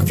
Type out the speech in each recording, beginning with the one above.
If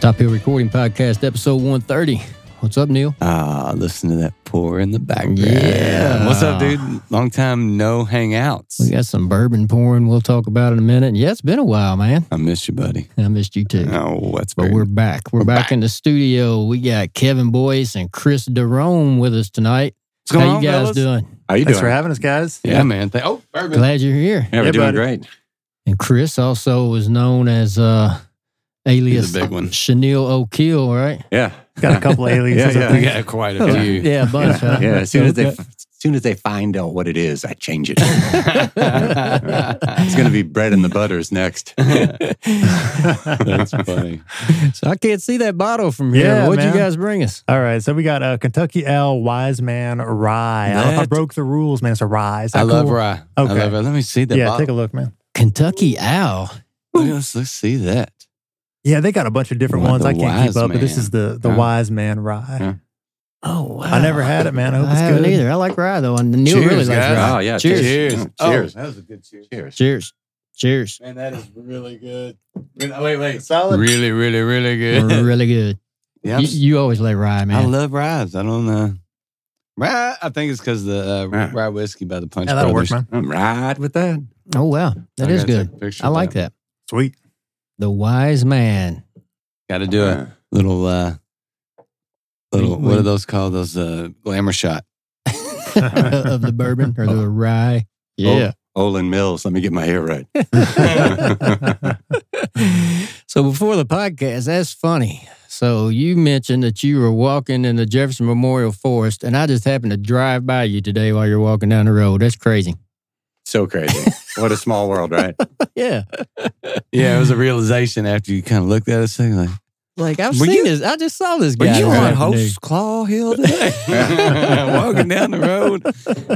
Top Hill Recording Podcast, episode 130. What's up, Neil? Ah, listen to that pour in the background. Yeah. What's up, dude? Long time no hangouts. We got some bourbon pouring. We'll talk about in a minute. Yeah, it's been a while, man. I miss you, buddy. I missed you too. Oh, that's But very- we're back. We're, We're back, back. in the studio. We got Kevin Boyce and Chris Derome with us tonight. What's going How on, you guys fellas? doing? How you Thanks for doing? having us, guys. Yeah, man. Th- oh, bourbon. Glad you're here. Yeah, we're Yeah, doing buddy. great. And Chris also is known as uh alias He's a big one. Chenille O'Keel, right? Yeah. Got a couple aliases. Yeah, I yeah. We think. got quite a few. Yeah, a bunch, huh? Yeah. As soon as they Okay. as soon as they find out what it is, I change it. it's gonna be bread and the butters next. That's funny. So I can't see that bottle from here. Yeah, What'd you man. guys bring us? All right, so we got uh, Kentucky L Wise Man Rye. I, I That- broke the rules, man. It's a rye. Is that I love cool? rye. I Okay. love it. Let me see that Yeah, bottle. take a look, man. Kentucky Owl. Let's, let's see that. Yeah, they got a bunch of different What, ones. the I can't Wise keep up, but this Man? is the the Huh? Wise Man Rye. Huh? Oh wow. I never had it, man. I hope it's haven't good. either. I like rye though. And Neil Cheers, really likes guys. rye. Oh yeah. Cheers. Cheers. Oh. Cheers. that was a good cheers. Cheers. Cheers. Cheers. Man, that is really good. oh, Wait, wait. Solid. Really, really, really good. really good. yeah, You, I'm- you always like rye, man. I love ryes. I don't know. Rye, I think it's because the uh, Rye. rye whiskey by the Punch Yeah, that'll work, Brothers. man. I'm right with that. oh wow. That I is gotta take good. a picture I of like that. Sweet. The wise man. Got to do a little, uh, little. We- What we- are those called? Those uh, glamour shot. of the bourbon or the Oh, rye. Yeah. Olin Mills. Let me get my hair right. so before the podcast, that's funny. So you mentioned that you were walking in the Jefferson Memorial Forest, and I just happened to drive by you today while you're walking down the road. That's crazy. So crazy. what a small world, right? Yeah. Yeah, it was a realization after you kind of looked at us thing like, Like I've Were seen you- this. I just saw this "Were guy. you this on afternoon. Hope's Claw Hill today?" Walking down the road.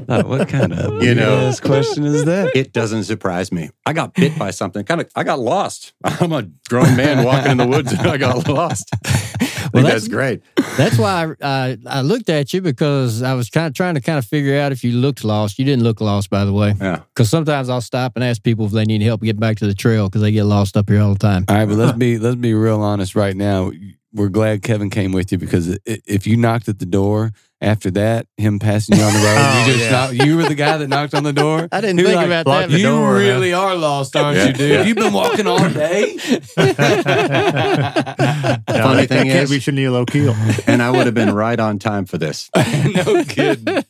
Like, what kind of You know. weird-ass question is that? It doesn't surprise me. I got bit by something. Kind of, I got lost. I'm a grown man walking in the woods, and I got lost. I think Well, that's- that's, great. That's why I, I I looked at you because I was kind of trying to kind of figure out if you looked lost. You didn't look lost, by the way. Yeah. Because sometimes I'll stop and ask people if they need help get back to the trail because they get lost up here all the time. All right, but let's be let's be real honest right now. We're glad Kevin came with you because i- if you knocked at the door after that, him passing you on the road, Oh, you just yeah. knocked, you were the guy that knocked on the door. I didn't He think like about blocked that. the You door, man. really are lost, aren't Yeah, you, dude? yeah. You've been walking all day. No, Funny that- that thing can't is- be Chenille O'Keel. And I would have been right on time for this. no kidding. By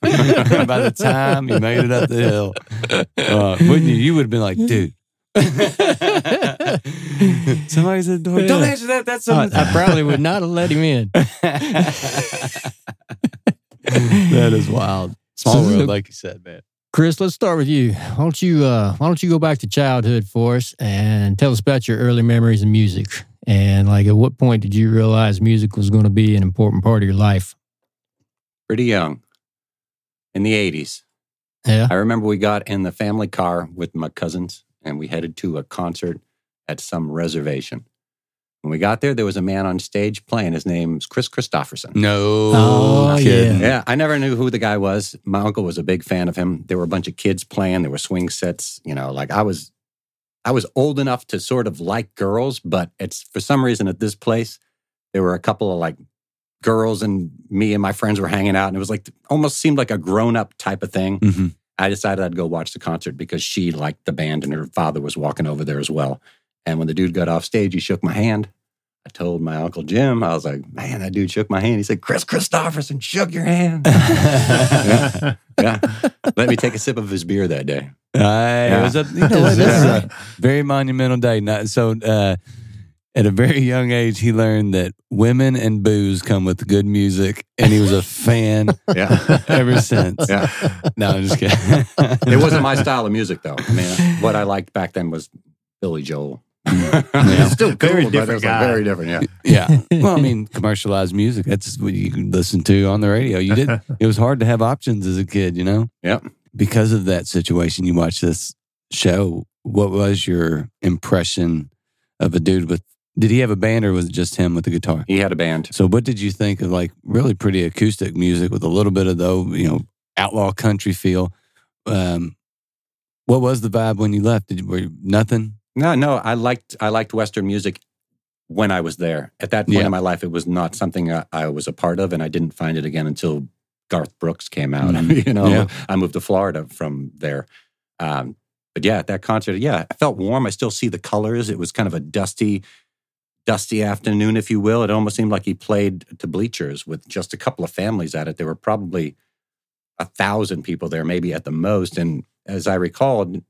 the time you made it up the hill, uh, wouldn't you? You would have been like, dude. Somebody's at the door. Don't answer that. That's I, something. I probably would not have let him in. that is wild. Small So- world, like you said, man. Chris, let's start with you. Why don't you uh, Why don't you go back to childhood for us and tell us about your early memories of music and like at what point did you realize music was going to be an important part of your life? Pretty young, in the '80s. Yeah. I remember we got in the family car with my cousins and we headed to a concert at some reservation. When we got there, there was a man on stage playing. His name's Chris Christopherson. No. Oh, kidding. Yeah, I never knew who the guy was. My uncle was a big fan of him. There were a bunch of kids playing. There were swing sets. You know, like I was, I was old enough to sort of like girls, but it's for some reason at this place, There were a couple of like girls and me and my friends were hanging out, and it was like almost seemed like a grown up type of thing. Mm-hmm. I decided I'd go watch the concert because she liked the band and her father was walking over there as well. And when the dude got off stage, he shook my hand. I told my uncle Jim, I was like, man, that dude shook my hand. He said, Chris Christopherson shook your hand. yeah. yeah. Let me take a sip of his beer that day. Hey, it was a, you know what, this is a very monumental day. Not- So, uh, at a very young age, he learned that women and booze come with good music, and he was a fan Yeah. ever since. Yeah. No, I'm just kidding. It wasn't my style of music though. I mean, what I liked back then was Billy Joel. Yeah. It's still Mm. cool, Very but it different was like guy. very different. Yeah. yeah. Well, I mean, commercialized music. That's what you can listen to on the radio. You did. It was hard to have options as a kid, you know? Yep. Because of that situation, you watched this show. What was your impression of a dude with, did he have a band or was it just him with the guitar? He had a band. So, what did you think of like really pretty acoustic music with a little bit of though, you know, outlaw country feel? Um, what was the vibe when you left? Did you, were you nothing? No, no, I liked I liked Western music when I was there. At that point Yeah. in my life, it was not something I, I was a part of, and I didn't find it again until Garth Brooks came out. Mhm. you know, Yeah. I moved to Florida from there. Um, but yeah, at that concert, yeah, I felt warm. I still see the colors. It was kind of a dusty, dusty afternoon, if you will. It almost seemed like he played to bleachers with just a couple of families at it. There were probably a thousand people there, maybe at the most. And as I recalled,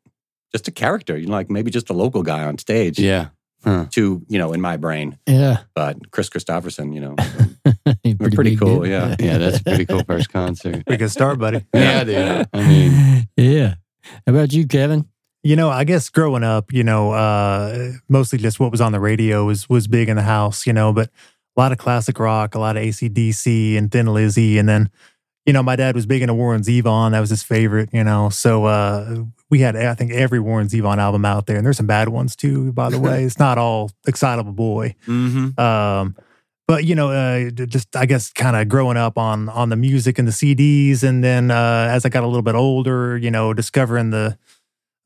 just a character, you know, like maybe just a local guy on stage Yeah. Huh. to, you know, in my brain. Yeah. But Chris Christopherson, you know, pretty, pretty big cool, dude. yeah. Yeah. That's a pretty cool first concert. we can start, buddy. Yeah, dude. I mean- yeah. How about you, Kevin? You know, I guess growing up, you know, uh, mostly just what was on the radio was was big in the house, you know, but a lot of classic rock, a lot of ACDC and Thin Lizzy. And then, you know, my dad was big into Warren Zevon. That was his favorite, you know. So uh, we had, I think, every Warren Zevon album out there. And there's some bad ones too, by the way. it's not all Excitable Boy. Mm-hmm. Um, but you know, uh, d- just I guess kind of growing up on on the music and the CDs, and then uh, as I got a little bit older, you know, discovering the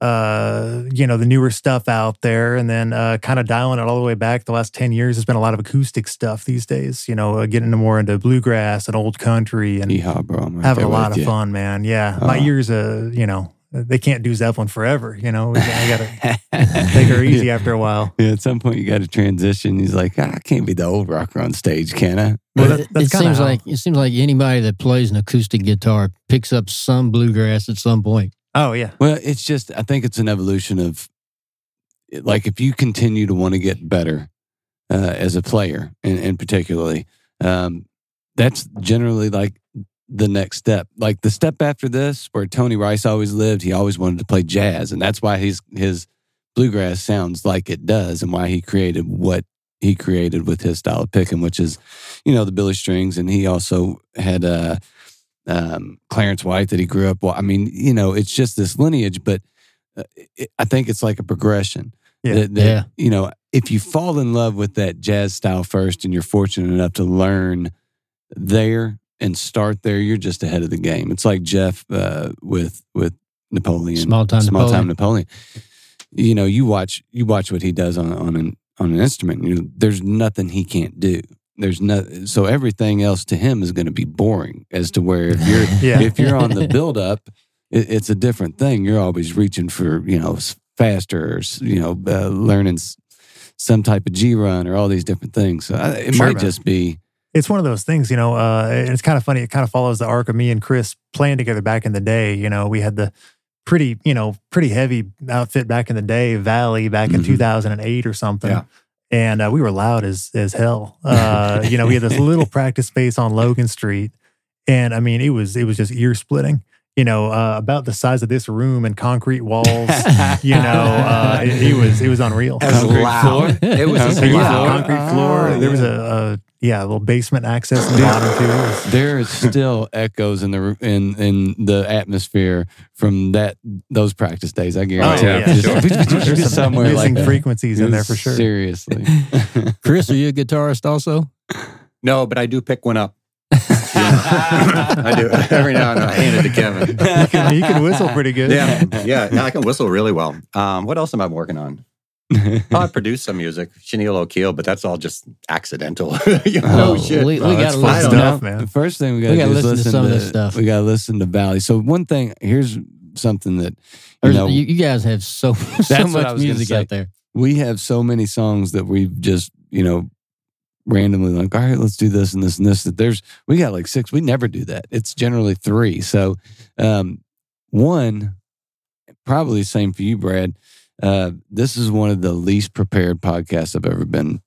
uh, you know the newer stuff out there, and then uh, kind of dialing it all the way back. The last ten years has been a lot of acoustic stuff these days. You know, uh, getting more into bluegrass and old country, and Yeehaw, bro. I'm right having a there lot with of you. fun, man. Yeah, my Uh-huh. ears, uh, you know, they can't do Zeppelin forever. You know, I gotta take her easy after a while. Yeah, at some point you got to transition. He's like, "Ah, I can't be the old rocker on stage, can I? Well, It- that- that's it kinda seems how- like it seems like anybody that plays an acoustic guitar picks up some bluegrass at some point. Oh yeah, Well, it's just I think it's an evolution of like if you continue to want to get better uh, as a player, and, and particularly, um, that's generally like the next step. Like the step after this, where Tony Rice always lived, he always wanted to play jazz, and that's why his his bluegrass sounds like it does, and why he created what he created with his style of picking, which is, you know, the Billy Strings, and he also had uh, um, Clarence White that he grew up. Well, I mean, you know, it's just this lineage, but uh, it, I think it's like a progression. Yeah. That, Yeah. that, You know, if you fall in love with that jazz style first, and you're fortunate enough to learn there and start there, you're just ahead of the game. It's like Jeff uh, with with Napoleon, Small Time small Napoleon. time Napoleon. You know, you watch you watch what he does on on an on an instrument. You know, there's nothing he can't do. There's no so everything else to him is going to be boring. As to where if you're Yeah. if you're on the build up, it, it's a different thing. You're always reaching for you know s- faster, or, s- you know, uh, learning s- some type of G run or all these different things. So I, it Sure, might man. just be it's one of those things, you know. Uh, and it's kind of funny. It kind of follows the arc of me and Chris playing together back in the day. You know, we had the pretty, you know, pretty heavy outfit back in the day, Valley, back in Mhm. 2008 or something. Yeah. And uh, we were loud as as hell. Uh, you know, we had this little practice space on Logan Street, and I mean, it was it was just ear splitting. You know, uh, about the size of this room and concrete walls. you know, uh, it, it was it was unreal. It was Concrete loud. floor? It was just Concrete yeah, floor? loud. concrete floor. Ah, there was yeah. a, a yeah, a little basement access in the bottom too. It was- there is still echoes in the r- in in the atmosphere from that those practice days. I Oh, guarantee. Oh, yeah, Just- sure. just There's some somewhere like missing that. frequencies in there for sure. Seriously, Chris, are you a guitarist also? No, but I do pick one up. I do. Every now and then I hand it to Kevin. You can, you can whistle pretty good. Yeah. Yeah. I can whistle really well. Um, what else am I working on? Oh, I produced some music, Chenille O'Keel, but that's all just accidental. you know, Oh, shit. we- we Oh, that's gotta fine. listen I don't to know. Stuff, man. The first thing we got We to gotta do is listen to listen some of this stuff. We got to listen to Valley. So one thing here's something that you There's- know you, you guys have so, so That's what I much was gonna music say. out there. we have so many songs that we've just you know randomly like all right let's do this and this and this that there's we got like six we never do that it's generally three so um one probably same for you brad uh this is one of the least prepared podcasts i've ever been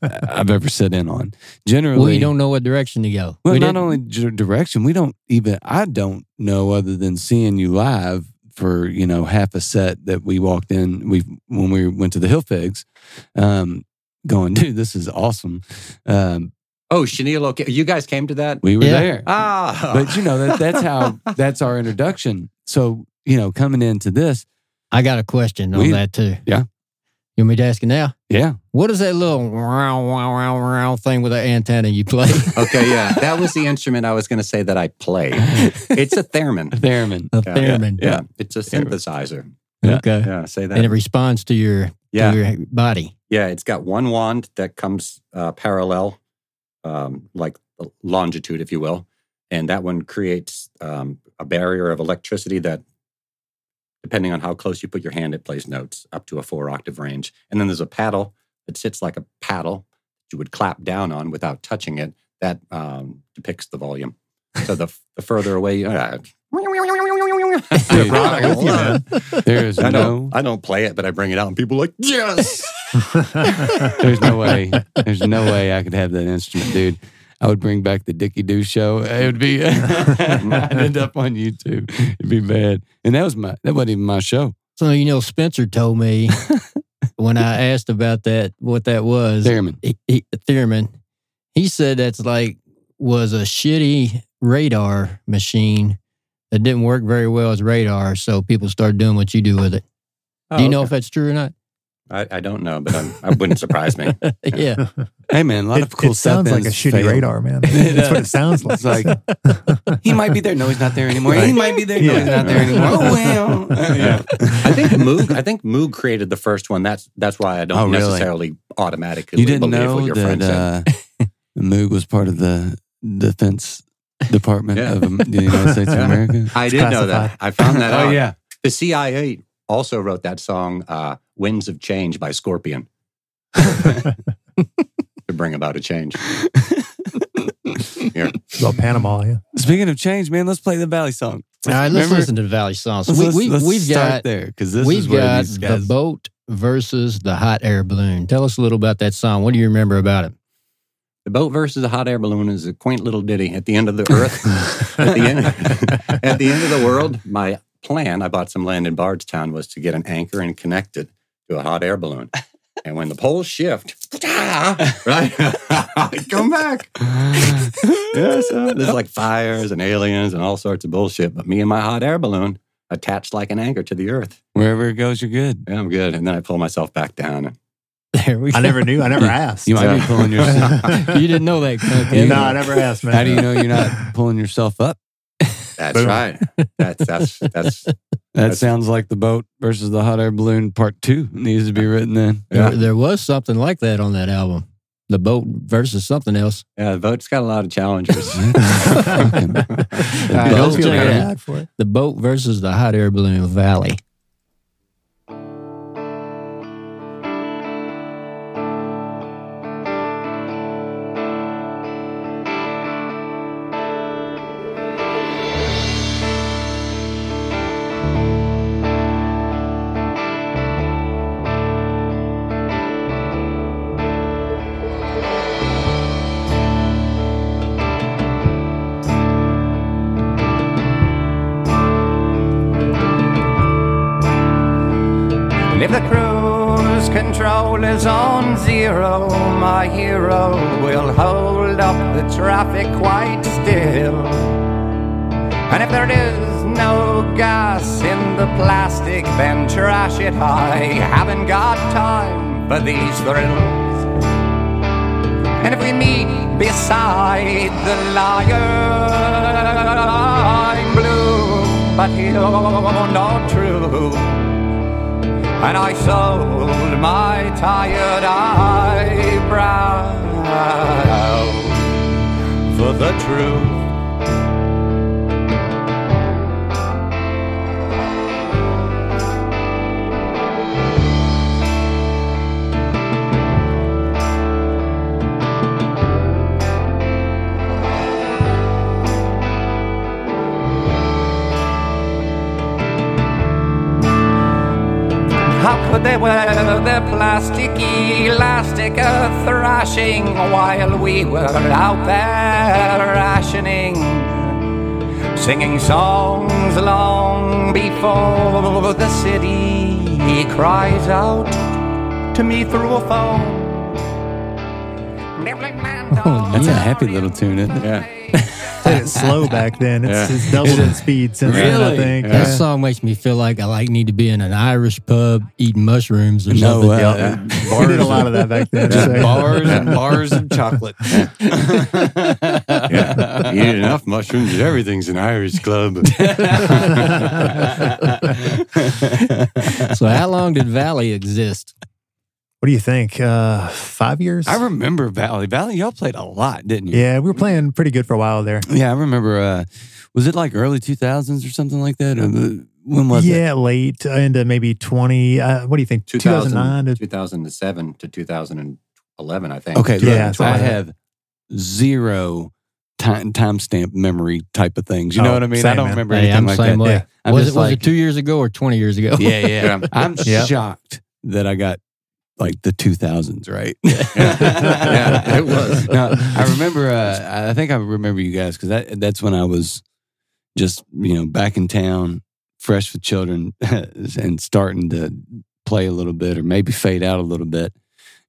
i've ever sat in on generally We don't know what direction to go. well, we not didn't- only d- direction, we don't even, I don't know other than seeing you live for, you know, half a set that we walked in, we, when we went to the Hill Figs, um, going, dude, this is awesome. Um, Oh, Chenille O'Keel. You guys came to that? we were Yeah. there. Ah. But, you know, that, that's how, that's our introduction. So, you know, coming into this, I got a question on We- that too. Yeah. You want me to ask it now? yeah, What is that little round, round, round, round thing with the antenna you play? okay, yeah. That was the instrument I was going to say that I play. It's a theremin. theremin. a Yeah. theremin. Yeah. It's a synthesizer. Yeah. Okay. Yeah, say And it that. responds to your Yeah. to your body. Yeah, it's got one wand that comes uh, parallel, um, like longitude, if you will, and that one creates um, a barrier of electricity that, depending on how close you put your hand, it plays notes up to a four octave range. And then there's a paddle that sits like a paddle you would clap down on without touching it. That um, depicts the volume. So the, the further away, you uh, Dude, rock with you, man. there is I no, don't, I don't play it, but I bring it out, and people are like, yes. There's no way. There's no way I could have that instrument, dude. I would bring back the Dickie Doo show. It would be. I'd end up on YouTube. It'd be bad. And that was my. That wasn't even my show. So you know, Spencer told me when I asked about that what that was. Theremin. he, he, Thurman, he said that's like was a shitty radar machine that didn't work very well as radar, so people started doing what you do with it. Oh, do you know if that's true or not? I, I don't know, but I'm, it wouldn't surprise me. yeah, Hey man, a lot it, of cool it stuff. sounds like a ends shitty fail. radar, man. It That's what it does. sounds like. It's like he might be there. No, he's not there anymore. He Right. might be there. No, Yeah. he's not there anymore. Oh well. Yeah. I think Moog. I think Moog created the first one. That's that's why I don't Oh, really? necessarily automatically You didn't believe what know your that friend said. uh, Moog was part of the defense department Yeah. of um, the United States of Yeah. America. I did know that. I found that. oh out. yeah. the CIA also wrote that song uh, "Winds of Change" by Scorpion to bring about a change. Here. It's about Panama, yeah. Speaking of change, man, let's play the Valley song. All right, let's Remember- listen to the Valley songs. Let's, we, let's- we, let's we've start got there because this is we've where got these the guys. boat versus the hot air balloon. Tell us a little about that song. What do you remember about it? The boat versus the hot air balloon is a quaint little ditty at the end of the earth. at, the end, at the end of the world, my plan, I bought some land in Bardstown, was to get an anchor and connect it to a hot air balloon. And when the poles shift, right? Come back. Yeah, uh, so there's like fires and aliens and all sorts of bullshit. But me and my hot air balloon attached like an anchor to the earth. Wherever it goes, you're good. Yeah, I'm good. And then I pull myself back down. And, There we go. I never knew. I never asked. You might be Yeah. pulling yourself. you didn't know that. Okay. no, I never asked, man. How do you know you're not pulling yourself up? that's Boom. right. That's that's that's That That's- sounds like the boat versus the hot air balloon part two needs to be written in. There, there was something like that on that album. The boat versus something else. yeah. The boat's got a lot of challenges. I Don't don't feel feel bad. bad for it. The boat versus the hot air balloon valley. And if the cruise control is on zero, my hero will hold up the traffic quite still. And if there is no gas in the plastic, then trash it. I haven't got time for these thrills. And if we meet beside the lion blue, but you're not true. and I sold my tired eyebrow for the truth. How could they wear their plastic elastic a thrashing while we were out there rationing? Singing songs long before the city cries out to me through a phone. Oh, That's a happy little tune, isn't it? Played it slow back then. It's, Yeah. it's doubled in speed since then, I Really? think. That song makes me feel like I like need to be in an Irish pub eating mushrooms or No, something. uh, Yeah. We did a lot of that back then. just so- bars and bars of chocolate. Yeah. you eat enough mushrooms, everything's an Irish club. so how long did Valley exist? What do you think? Uh, five years? I remember Valley. Valley, y'all played a lot, didn't you? yeah, we were playing pretty good for a while there. Yeah, I remember. Uh, was it like early 2000s or something like that? Or the- when was it? yeah, late uh, into maybe 20. Uh, what do you think? 2000, 2009? 2007 to 2011, I think. Okay, Yeah, yeah, that's what I I had. have zero time timestamp memory type of things. You know Oh, what I mean? same, I don't man. remember Hey, anything I'm like same that. way. Yeah. I'm was it just was like- it two years ago or twenty years ago? Yeah, yeah. Yeah. I'm Yeah. shocked that I got like the 2000s right. Yeah, it was. No, I remember. Uh, I think I remember you guys because that that's when I was just you know back in town, fresh with children, and starting to play a little bit or maybe fade out a little bit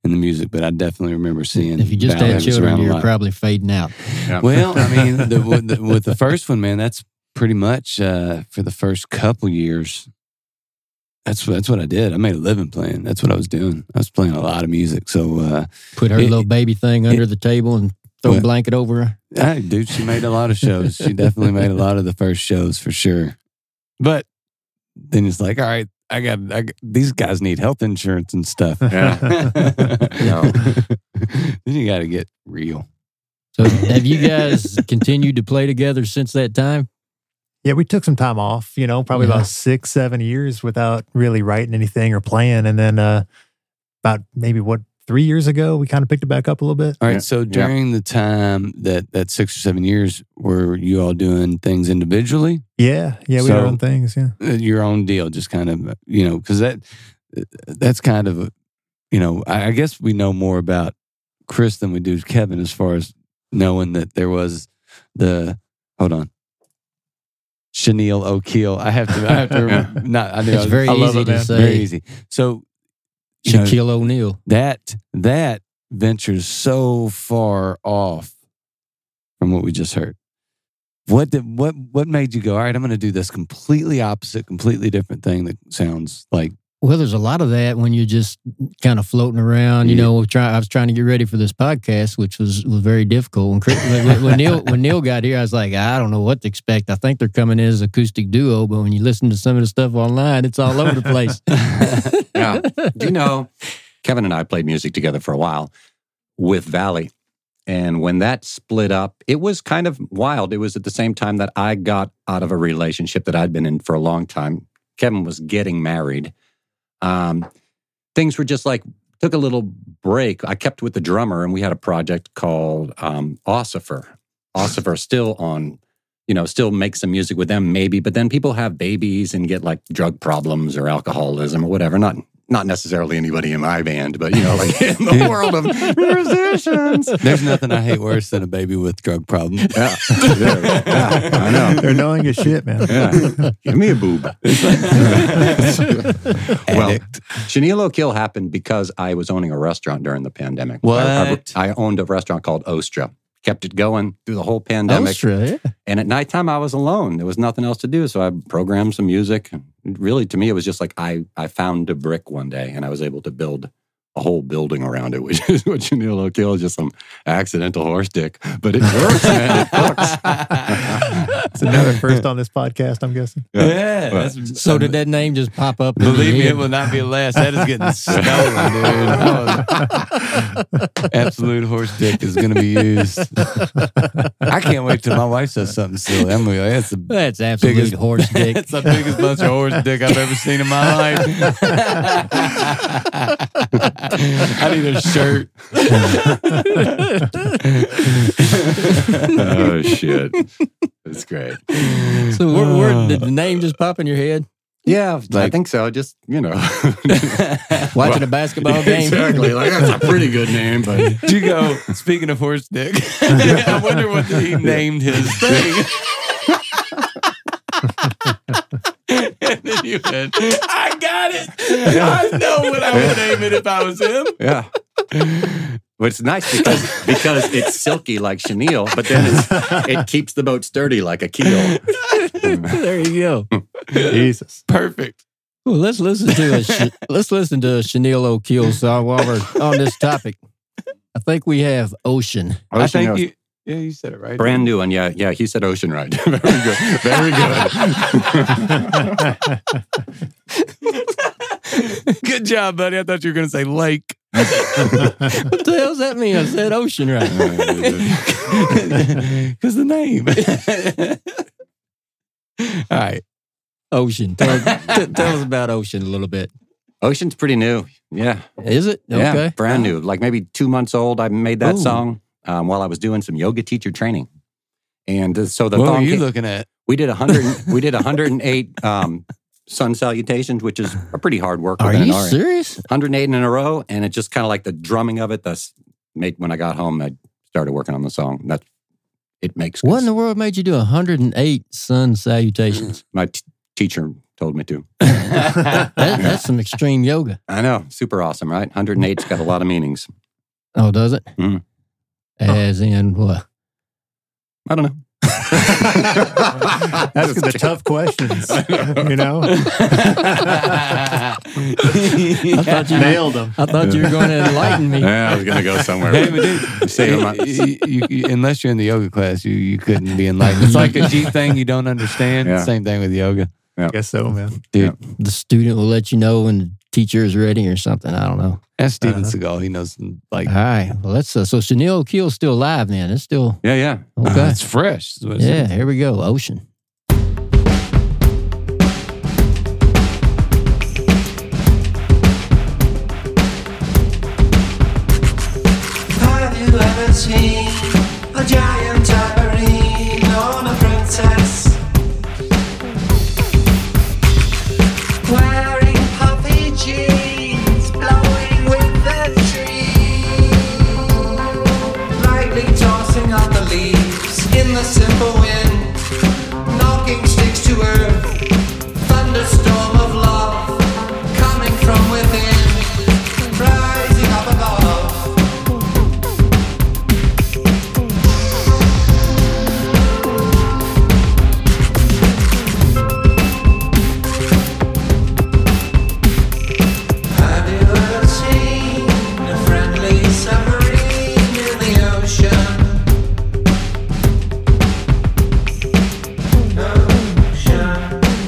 in the music. But I definitely remember seeing If you just Valley had was around children, a you're lot. probably fading out. Well, I mean, the, with, the, with the first one, man, that's pretty much uh, for the first couple years. That's what- that's what I did. I made a living playing. That's what I was doing. I was playing a lot of music. So, uh, Put her It- little baby thing under the table and throw a Well- blanket over her. hey, dude, she made a lot of shows. She definitely made a lot of the first shows for sure. But then it's like, all right, I got, I got these guys need health insurance and stuff. No. then you got to get real. So have you guys continued to play together since that time? Yeah, we took some time off, you know, probably Yeah. about six, seven years without really writing anything or playing. And then uh, about maybe what, three years ago, we kind of picked it back up a little bit. All right. Yeah. So Yeah. during the time that that six or seven years, were you all doing things individually, Yeah, yeah, we had So- our own things. Yeah. Uh, your own deal, just kind of you know, because that uh, that's kind of a, you know, I, I guess we know more about Chris than we do Kevin as far as knowing that there was the hold on. Chanel O'Keel. I have to. I have to. Yeah. remember, not. I knew I It's was- very I love easy it, to man. say. very easy. So, you know, Shaquille O'Neal. that that ventures so far off from what we just heard. What did what what made you go? All right, I'm going to do this completely opposite, completely different thing that sounds like Well, there's a lot of that when you're just kind of floating around. You Yeah. know, try, I was trying to get ready for this podcast, which was, was very difficult. When, Chris, when, when Neil when Neil got here, I was like, I don't know what to expect. I think they're coming in as acoustic duo, but when you listen to some of the stuff online, it's all over the place. Yeah. Do you know, Kevin and I played music together for a while with Valley. And when that split up, it was kind of wild. It was at the same time that I got out of a relationship that I'd been in for a long time. Kevin was getting married. Um, things were just like, took a little break. I kept with the drummer and we had a project called um, Ossifer. Ossifer still on, you know, still make some music with them maybe, but then people have babies and get like drug problems or alcoholism or whatever. Not not necessarily anybody in my band, but you know, like in the world of musicians. there's nothing I hate worse than a baby with drug problem. Yeah, yeah, yeah, I know. They're knowing your shit, man. Yeah. Give me a boob. well, Addict. Chanel O'Kill happened because I was owning a restaurant during the pandemic. I, What? I, I owned a restaurant called Ostra. Kept it going through the whole pandemic. Australia. And at nighttime, I was alone. There was nothing else to do. So I programmed some music. Really, to me, it was just like I, I found a brick one day and I was able to build a whole building around it, which is what Chanel O'Kill is just some accidental horse dick. But it works, man. It works. It's another first on this podcast, I'm guessing. Yeah. that's- So did that name just pop up? in Believe your me, head? it will not be the last. That is getting stolen, dude. That was- absolute horse dick is going to be used. I can't wait till my wife says something silly. I'm gonna be like, that's the That's absolute Biggest- horse dick. that's the biggest bunch of horse dick I've ever seen in my life. I need a shirt. oh shit, it's great. so where, where did the name just pop in your head? Yeah, I Like- think so. Just you know, Watching a basketball game. exactly. Like that's a pretty good name, but Do you go, speaking of horse dick, I wonder what he named his thing. and then you went, I got it. I know what I would name it if I was him. yeah. But it's nice because because it's silky like chenille, but then it's, it keeps the boat sturdy like a keel. there you go. Jesus. Perfect. Well, let's listen to a sh- let's listen to a Chanel O'Keel song while we're on this topic. I think we have Ocean. I Ocean think Rose. you, yeah, you said it right. brand new one. Yeah, yeah. He said ocean ride. Very good. Very good. Good job, buddy. I thought you were going to say lake. What the hell's that mean? I said Ocean, right? Because the name. All right. Ocean. Tell, t- tell us about Ocean a little bit. Ocean's pretty new. Yeah. Is it Yeah, okay? brand new, like maybe two months old. I made that Ooh. song um, while I was doing some yoga teacher training, and uh, so the what were thong you came- looking at? we did a hundred. we did a hundred and eight um, sun salutations, which is a pretty hard work. Are within you an hour. serious? 108 in a row, and it just kind of like the drumming of it. That's made when I got home. I started working on the song. That it makes What in the sense. world made you do 108 sun salutations? my t- teacher told me to. That, that's some extreme yoga. I know, super awesome, right? 108's got a lot of meanings. Oh, does it? Mhm. As in what? I don't know. That's the tough questions. You know? I thought you Nailed them. I thought you were going to enlighten me. Yeah, I was gonna go somewhere. Hey, but dude, Say you- my- you- you- you- unless you're in the yoga class, you, you couldn't be enlightened. It's like a G thing you don't understand. Yeah. Same thing with yoga. Guess so, man. The student will let you know when the teacher is ready or something. I don't know. Ask Steven Uh-huh. Seagal. He knows like All right. Well, let's. Uh, so Chanel O'Keel's still alive, man. It's still Yeah, yeah. okay. it's Oh, fresh. is Uh, what it yeah. is. Here we go. Ocean. Have you ever seen a giant tambourine on a princess? Wearing puffy jeans, blowing with the trees. Lightly tossing on the leaves in the simple wind. Knocking sticks to earth. Thunderstorm of love coming from within. Rising up above. Have you ever seen a friendly submarine in the ocean? Ocean,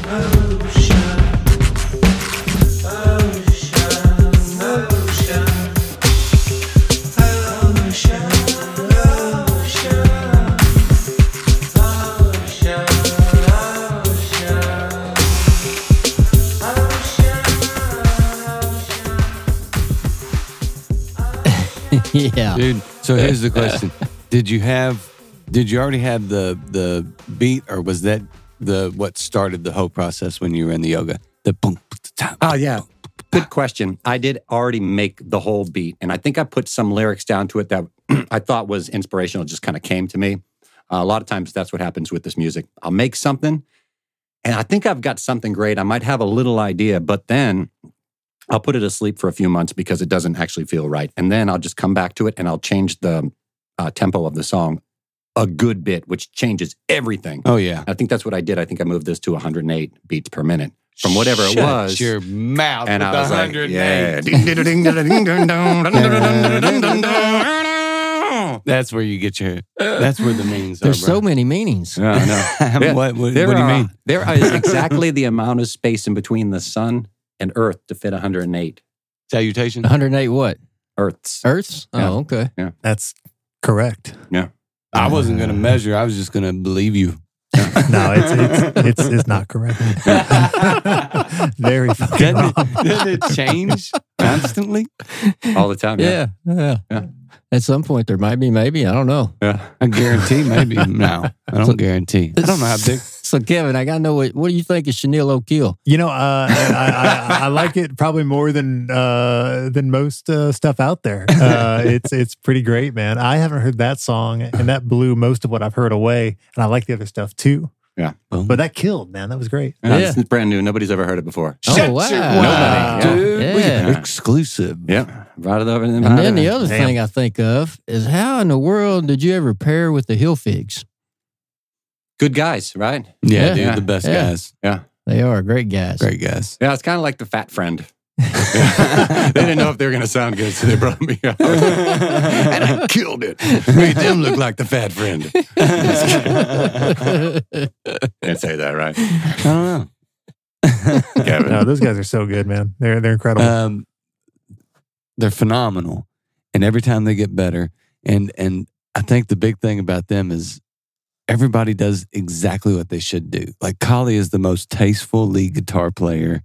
ocean, ocean, ocean, yeah. dude. So here's the question: Did you have? Did you already have the the beat, or was that the what started the whole process when you were in the yoga? The boom, ta- Oh yeah. Good question. I did already make the whole beat, and I think I put some lyrics down to it that I thought was inspirational. Just kind of came to me. Uh, a lot of times, that's what happens with this music. I'll make something, and I think I've got something great. I might have a little idea, but then I'll put it asleep for a few months because it doesn't actually feel right, and then I'll just come back to it and I'll change the uh, tempo of the song a good bit, which changes everything. Oh yeah, I think that's what I did. I think I moved this to 108 beats per minute from whatever it Shut was. your mouth and with I was the like, hundred yeah. names. Ding, ding, ding, ding, ding, ding, dong, dun, dun, dun, dun, dun, dun, dun. That's where you get your. That's where the meanings are. There's so bro. many meanings. Yeah, I know. Yeah. what, what, what do There you are- mean? There is exactly the amount of space in between the sun and Earth to fit 108 Salutation. 108 what? Earths. Earths? Yeah. Oh, okay. That's correct. I wasn't Uh, going to measure. I was just going to believe you. No, it's it's it's, it's not correct. Very fucking Doesn't wrong. it, doesn't it change constantly? All the time. Yeah. Yeah. Yeah. Yeah. At some point, there might be, maybe. I don't know. yeah. I guarantee, maybe. No, I don't guarantee. I don't know how big. So, Kevin, I got to know what, what do you think of Chanel O'Keel? You know, uh, I, I, I like it probably more than uh, than most uh, stuff out there. Uh, it's it's pretty great, man. I haven't heard that song, and that blew most of what I've heard away. And I like the other stuff too, but that killed, man. That was great. Yeah, Yeah. It's brand new. Nobody's ever heard it before. oh, wow. Nobody, yeah. dude. we Yeah. got exclusive. Yeah. Right it over. And then the other Damn. thing I think of is how in the world did you ever pair with the Hill Figs? Good guys, right? Yeah, Yeah. dude, the best Yeah. guys. They are great guys. Great guys. Yeah, it's kind of like the fat friend. they didn't know if they were going to sound good, so they brought me out. and I killed it. Made them look like the fat friend. Can't say that, right? I don't Kevin. No, those guys are so good, man. They're they're know. incredible. Um, they're phenomenal, and every time they get better. And and I think the big thing about them is everybody does exactly what they should do. Like Collie is the most tasteful lead guitar player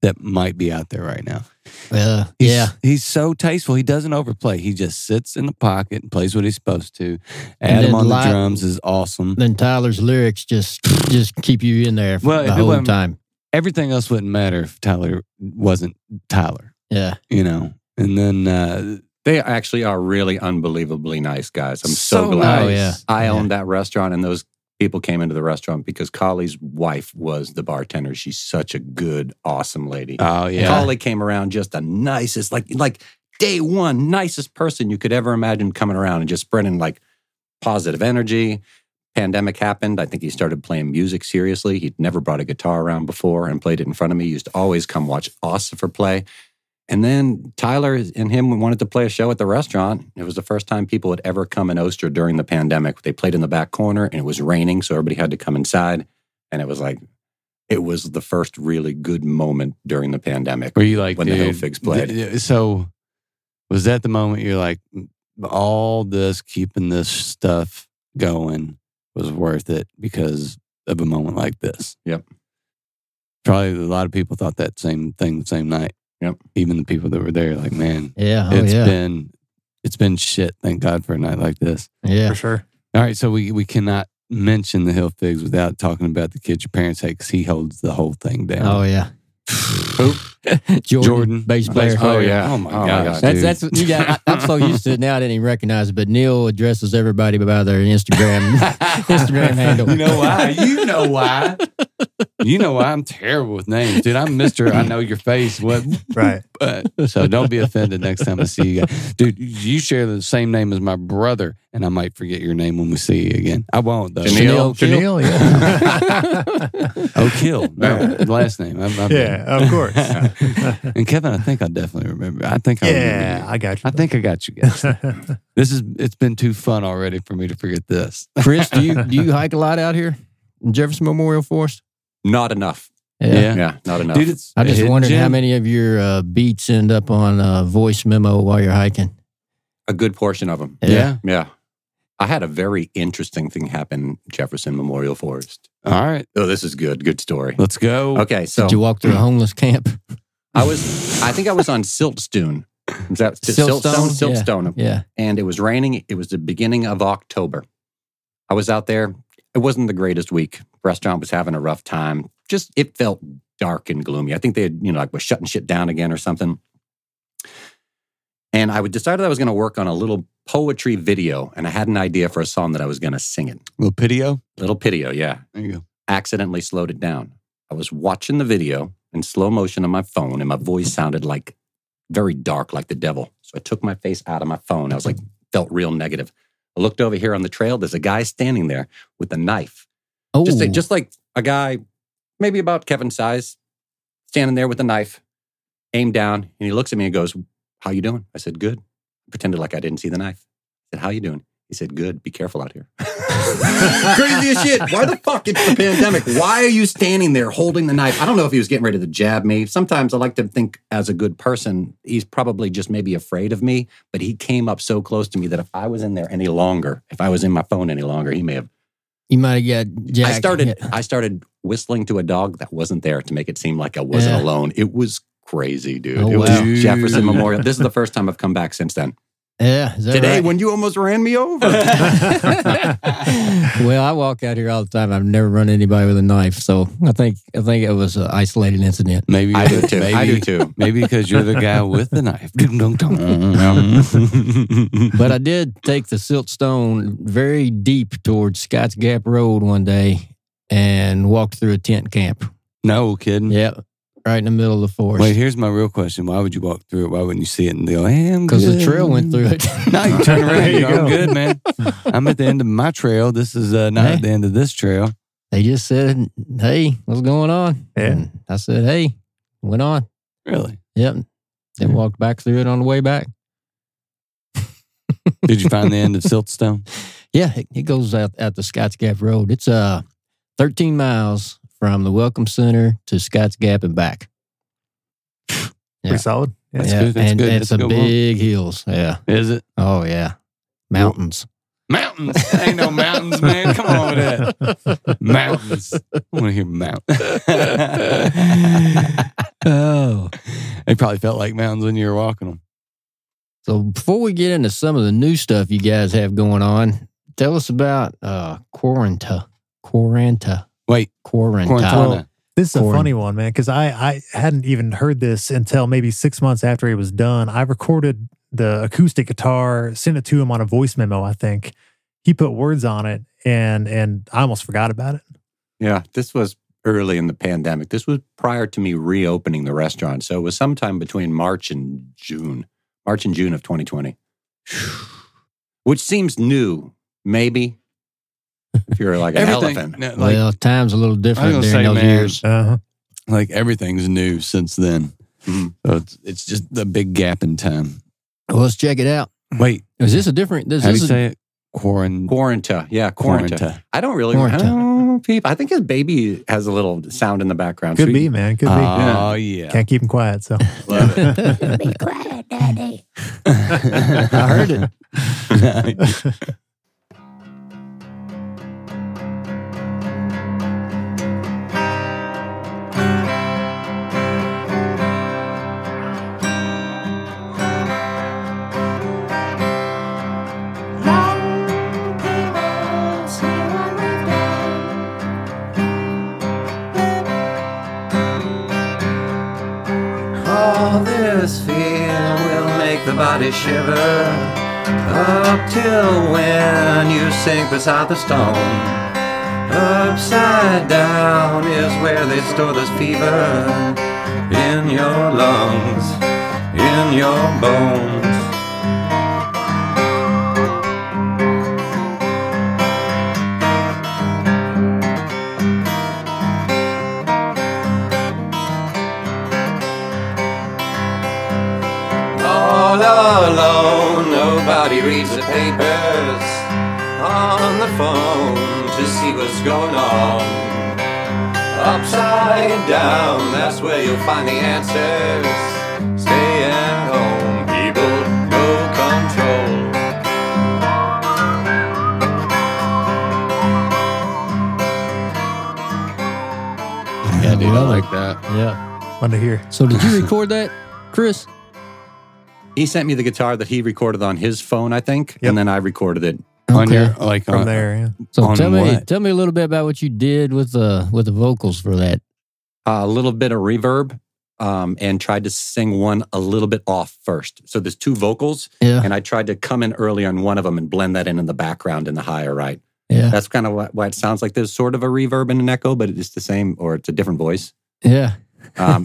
that might be out there right now. Yeah. He's, yeah. he's so tasteful. He doesn't overplay. He just sits in the pocket and plays what he's supposed to. And Adam then on li- the drums is awesome. Then Tyler's lyrics just just keep you in there for Well, the if it whole wasn't- time. Everything else wouldn't matter if Tyler wasn't Tyler. Yeah. you know. And then uh, They actually are really unbelievably nice guys. I'm so, glad. nice. Oh, yeah. I owned that restaurant, and those people came into the restaurant because Collie's wife was the bartender. She's such a good, awesome lady. Oh yeah, Collie came around just the nicest, like like day one, nicest person you could ever imagine coming around and just spreading like positive energy. Pandemic happened. I think he started playing music seriously. He'd never brought a guitar around before and played it in front of me. He used to always come watch us for play. And then Tyler and him wanted to play a show at the restaurant. It was the first time people had ever come in Oster during the pandemic. They played in the back corner and it was raining, so everybody had to come inside. And it was like, it was the first really good moment during the pandemic. were you like when the dude, Hill Figs played. th- th- so was that the moment you're like, all this keeping this stuff going was worth it because of a moment like this? Yep. Probably a lot of people thought that same thing the same night. Yep. Even the people that were there, like, man, Yeah. Oh, it's yeah. been it's been shit. Thank God for a night like this. yeah. for sure. All right, so we we cannot mention the Hill Figs without talking about the kid your parents hate because he holds the whole thing down. Oh, yeah. Jordan, Jordan, bass bass player. player. Oh, yeah. Oh my Oh, my gosh, God. That's dude. that's what you got. I, I'm so used to it now. I didn't even recognize. it, But Neil addresses everybody by their Instagram Instagram handle. You know why? You know why? You know why? I'm terrible with names, dude. I'm Mister. I know your face. What? Right. But, so don't be offended next time I see you, guys. dude. You share the same name as my brother, and I might forget your name when we see you again. I won't though. Janelle. Neil, Janelle, yeah. O'Kill. No, last name. I'm, I'm yeah, of course. And Kevin, I think I definitely remember. I think I yeah, remember. I got you. I think I got you guys. you. This is. It's been too fun already for me to forget this. Chris, do you do you hike a lot out here? in Jefferson Memorial Forest. Not enough. Yeah. Yeah, not enough. Dude, it's I just hidden wondered how gem. many of your uh, beats end up on a voice memo while you're hiking. a good portion of them. Yeah. yeah. Yeah. I had a very interesting thing happen in Jefferson Memorial Forest. All right. Oh, this is good. Good story. Let's go. Okay, so Did you walk Mm. through a homeless camp? I was, I think I was on Siltstone. Is that Siltstone? Siltstone? Siltstone. Yeah. Yeah. And it was raining. It was the beginning of October. I was out there. It wasn't the greatest week. Restaurant was having a rough time. Just, it felt dark and gloomy. I think they had, you know, like was shutting shit down again or something. And I would- decided I was going to work on a little poetry video. And I had an idea for a song that I was going to sing it. Little Pidio. Little Pidio, yeah There you go. accidentally slowed it down. I was watching the video in slow motion on my phone, and my voice sounded like very dark, like the devil. So I took my face out of my phone. I was like, felt real negative. I looked over here on the trail. There's a guy standing there with a knife, Oh, just, just like a guy, maybe about Kevin's size, standing there with a knife, aimed down, and he looks at me and goes, "How you doing?" I said, "Good." Pretended like I didn't see the knife. I said, "How you doing?" He said, "Good. Be careful out here." Crazy as shit. Why the fuck it's the pandemic? Why are you standing there holding the knife? I don't know if he was getting ready to jab me. Sometimes I like to think as a good person, he's probably just maybe afraid of me. But he came up so close to me that if I was in there any longer, if I was in my phone any longer, he may have You might have got Jack. I started I started whistling to a dog that wasn't there to make it seem like I wasn't Yeah. alone. It was crazy, dude. Oh, it was wow. Jefferson Memorial. This is the first time I've come back since then. Yeah. Is that Today right? when you almost ran me over. well, I walk out here all the time. I've never run anybody with a knife, so I think I think it was an isolated incident. Maybe I do too. Maybe, I do too. Maybe because you're the guy with the knife. Dum, dum, dum. But I did take the silt stone very deep towards Scotts Gap Road one day and walked through a tent camp. no kidding. Yep, right in the middle of the forest. Wait, here's my real question: Why would you walk through it? Why wouldn't you see it and go, "Hey, I'm because the good." trail went through it. No, you turn around. There you go, you I'm go. good, man. I'm at the end of my trail. This is uh, not Hey. at the end of this trail. they just said, "Hey, what's going on?" Yeah. And I said, "Hey," went on. Really? Yep, then walked back through it on the way back. Did you find the end of Siltstone? Yeah, it, it goes out at the Scotts Gap Road. It's uh 13 miles from the Welcome Center to Scotts Gap and back. Yeah. Pretty solid. Yeah. That's yeah, good, that's and good, it's that's a a good walk. big hills. Yeah. Is it Oh yeah, mountains. mountains? Ain't no mountains, man. Come on with that. Mountains. I want to hear mountains. oh. they probably felt like mountains when you were walking them. So before we get into some of the new stuff you guys have going on, tell us about uh Quaranta, Quaranta, Wait, Quaranta. Quarantana. This is a Corn. funny one, man, because I, I hadn't even heard this until maybe six months after it was done. I recorded the acoustic guitar, sent it to him on a voice memo, I think. He put words on it and and I almost forgot about it. yeah, this was early in the pandemic. This was prior to me reopening the restaurant. So it was sometime between March and June. March and June of 2020. Which seems new, maybe. If you're like an elephant. no, like, well, time's a little I different was during gonna say, those man, years. Uh-huh. like everything's new since then. Mm-hmm. Mhm. So it's, it's just the big gap in time. Well, let's check it out. Wait, Is this a different? This, how do you this Mm-hmm. is say it? Quarant- Quaranta. Yeah, Quaranta. Quaranta. I don't really Quaranta. Oh, peep. I think his baby has a little sound in the background. Could So be, you- man. Could Oh, be. yeah. Can't keep him quiet. So Love it. I I heard it. All this fear will make the body shiver. Up till when you sink beside the stone. Upside down is where they store this fever. In your lungs, in your bones. All alone, nobody reads the papers. On the phone to see what's going on. Upside down, that's where you'll find the answers. Stay at home, people, no control. Yeah, dude, I like that. Yeah. fun to hear. So did you record that, Chris? He sent me the guitar that he recorded on his phone, I think, Yep. and then I recorded it. On your, like, From on, there, yeah. So On tell me, what? tell me a little bit about what you did with the with the vocals for that. a little bit of reverb um, and tried to sing one a little bit off first. So there's two vocals, Ah. Yeah, and I tried to come in earlier on one of them and blend that in in the background in the higher right. Ah. yeah, That's kind of why, why it sounds like there's sort of a reverb and an echo, but it's the same or it's a different voice. yeah. Um,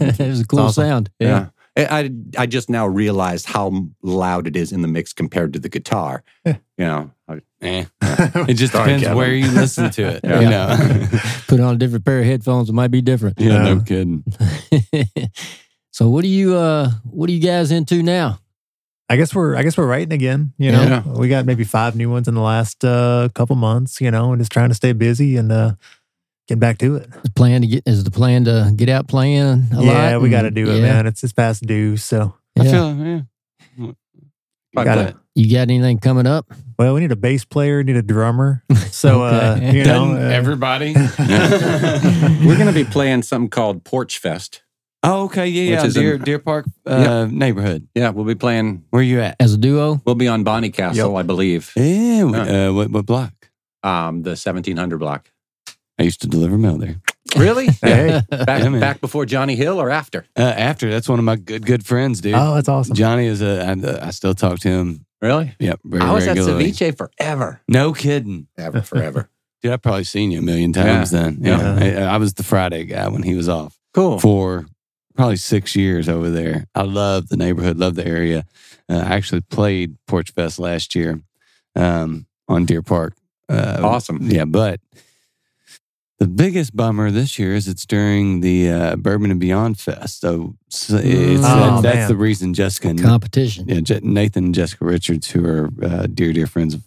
it was a cool awesome. sound. yeah. I, I I just now realized how loud it is in the mix compared to the guitar. you know, I- Eh. It just Sorry, depends Kevin. where you listen to it. Yeah. You know? Put on a different pair of headphones, it might be different. yeah, no Uh, Yeah. kidding. so what are you uh what are you guys into now? I guess we're I guess we're writing again. You know, Yeah. we got maybe five new ones in the last uh, couple months. You know, and just trying to stay busy and uh, get back to it. The plan to get is the plan to get out playing a lot? yeah, we got to and- do it, yeah, man. It's it's past due, so I yeah. feel, yeah. we Fuck got that. to. You got anything coming up? Well, we need a bass player, need a drummer. So uh, Okay. you know, Doesn't uh, everybody. We're going to be playing something called Porch Fest. oh, okay. Yeah, Which yeah. is in- Deer, Deer Park uh, neighborhood. Yeah, we'll be playing. Where you at? As a duo? We'll be on Bonnie Castle, I believe, Yeah. we- Yeah. Uh, what, what block? um, the 1700 block. I used to deliver mail there. Really? hey, Back, Yeah, man. back before Johnny Hill or after? Uh, after that's one of my good good friends, dude. oh, that's awesome. Johnny is a. I, I still talk to him. Really? Yeah, very I was regularly. at ceviche forever, No kidding, ever, forever. dude. I've probably seen you a million times then. Yeah, I, I was the Friday guy when he was off Oh. cool. for probably six years over there. I love the neighborhood, love the area. Uh, I actually played Porch Fest last year um, on Deer Park. Uh, Awesome. Yeah, but the biggest bummer this year is it's during the uh, Bourbon and Beyond Fest. So, so it's, Oh, that's man. the reason Jessica and Competition. Mm. yeah, Je- Nathan and Jessica Richards, who are uh, dear, dear friends of,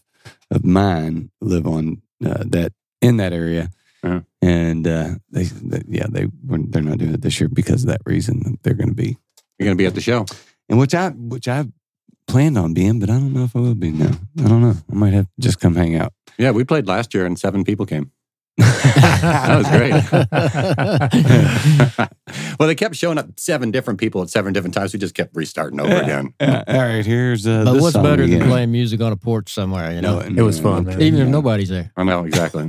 of mine, live on uh, that in that area, Uh-huh. and uh, they, they, yeah, they were, they're not doing it this year because of that reason. They're going to be, You're going to be at the show. and which I which I planned on being, but I don't know if I will be now. I don't know. I might have to just come hang out. Yeah, we played last year and seven people came. that was great. well, they kept showing up seven different people at seven different times. We just kept restarting over Yeah. again. Yeah, all right, here's uh, But this what's song better again. than playing music on a porch somewhere, you know? No, It was fun, man. Even if yeah. nobody's there. I know, exactly.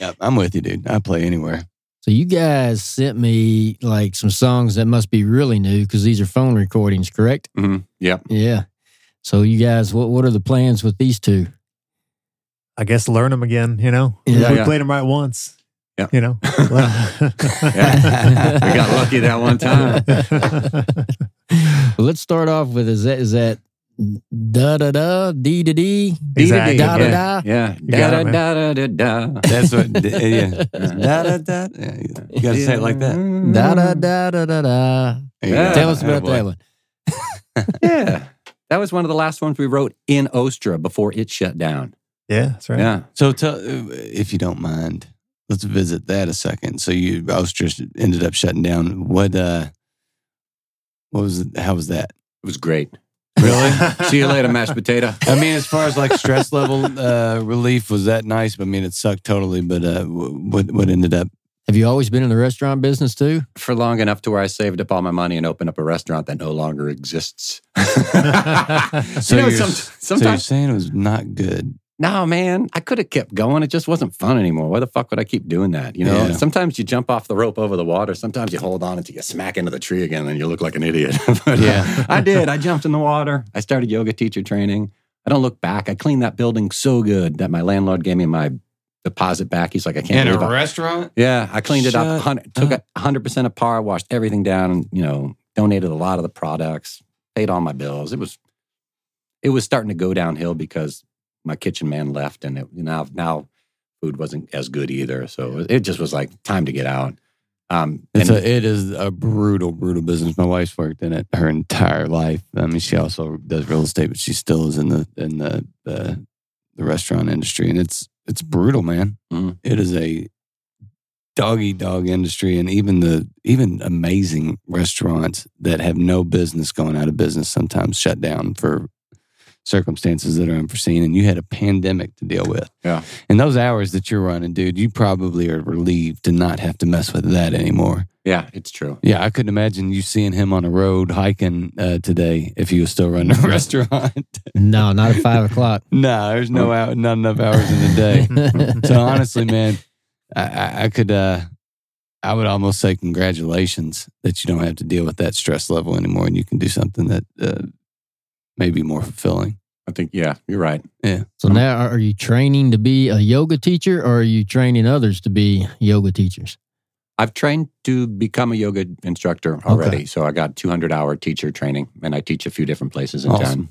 Yeah, I'm with you, dude. I play anywhere. So you guys sent me like some songs that must be really new because these are phone recordings, correct? Mm-hmm. hmm Yep. Yeah. So you guys, what what are the plans with these two? I guess learn them again. You know, Yeah, we yeah. played them right once. Yeah. you know. Yeah. We got lucky that one time. Well, let's start off with is that is that da da da d da d Exactly. da da yeah. da Yeah. got Da da it, da da da. That's what. yeah. Da da da. Yeah, you gotta say it like that. da da da da da da. Yeah. Tell us about Attaboy. that one. Yeah. That was one of the last ones we wrote in Ostra before it shut down. yeah, that's right. Yeah. So, tell, if you don't mind, let's visit that a second. So, you Austria ended up shutting down. What? uh What was? How was that? It was great. Really? See you later, mashed potato. I mean, as far as like stress level uh, relief, was that nice? I mean, it sucked totally. But uh, wh- what what ended up? Have you always been in the restaurant business too? For long enough to where I saved up all my money and opened up a restaurant that no longer exists. So you know, you're- some, So you're sometimes, saying it was not good. no, man, I could have kept going. It just wasn't fun anymore. Why the fuck would I keep doing that? You know, Yeah. sometimes you jump off the rope over the water. Sometimes you hold on until you smack into the tree again and you look like an idiot. But, uh, Yeah. I did. I jumped in the water. I started yoga teacher training. I don't look back. I cleaned that building so good that my landlord gave me my deposit back. He's like, I can't believe I- restaurant. yeah, I cleaned it Shut up. 100, took up. a hundred percent apart, washed everything down. and, You know, donated a lot of the products, paid all my bills. It was, it was starting to go downhill because my kitchen man left, and it, now now food wasn't as good either. So it just was like time to get out. Um, It's and- a, it is a brutal, brutal business. My wife's worked in it her entire life. I mean, she also does real estate, but she still is in the in the uh, the restaurant industry, and it's it's brutal, man. Mhm. It is a doggy dog industry, and even the even amazing restaurants that have no business going out of business sometimes shut down for circumstances that are unforeseen. And you had a pandemic to deal with, Yeah. And those hours that you're running, dude, you probably are relieved to not have to mess with that anymore. yeah, it's true. Yeah, I couldn't imagine you seeing him on a road hiking uh, today if he was still running a restaurant. No, not at five o'clock. no, there's no Oh. out, not enough hours in the day. So honestly, man, I, I, I could, uh, I would almost say congratulations that you don't have to deal with that stress level anymore, and you can do something that uh, may be more fulfilling. I think yeah, you're right. So now, are are you training to be a yoga teacher, or are you training others to be yoga teachers? I've trained to become a yoga instructor already. So I got 200 hour teacher training and I teach a few different places in Awesome. town.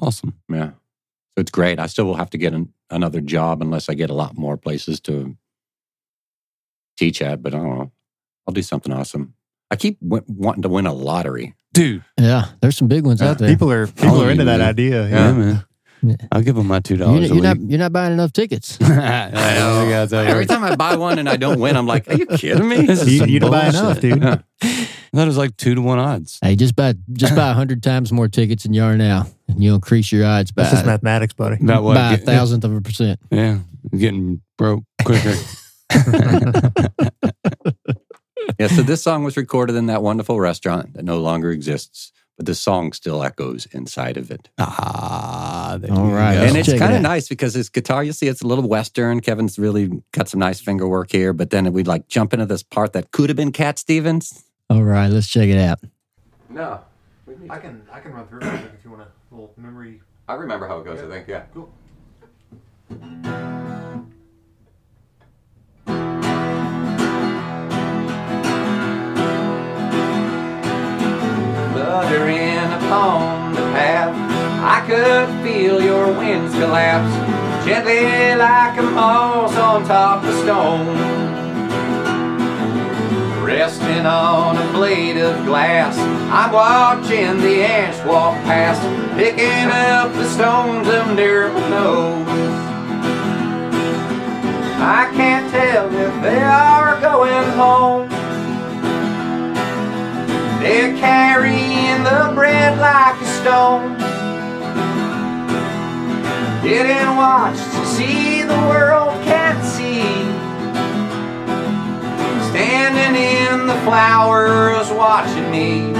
Awesome. Yeah. So it's great. I still will have to get an, another job unless I get a lot more places to teach at, but I don't know. I'll do something awesome. I keep w- wanting to win a lottery. Dude. Yeah, there's some big ones Yeah, out there. People are people are into that man. idea. Yeah, Yeah. man. Yeah. I'll give them my two you're, dollars. you're not you're not buying enough tickets. I know, I gotta tell you. Every time I buy one and I don't win, I'm like, are you kidding me? This is You, some you don't buy bullshit. enough, dude. Yeah. That was like two to one odds. Hey, just buy just buy hundred times more tickets than you are now, and you'll increase your odds by That's just mathematics, buddy. About what? by a Get- thousandth of a percent. Yeah, getting broke quicker. yeah, so this song was recorded in that wonderful restaurant that no longer exists, but the song still echoes inside of it. ah, there All you right. go. Yeah. and it's Check it kind of out. nice because his guitar, you see, it's a little Western. Kevin's really got some nice finger work here, but then we like jump into this part that could have been Cat Stevens. All right, let's check it out. No, I can I can run through it if you want a little memory. I remember how it goes, I think. Yeah. Cool. fluttering upon the path. I could feel your wings collapse gently like a moss on top of stone. Resting on a blade of glass, I'm watching the ants walk past, picking up the stones under my nose. I can't tell if they are going home. They're carrying the bread like a stone. Didn't watch to see the world can't see. Standing in the flowers, watching me.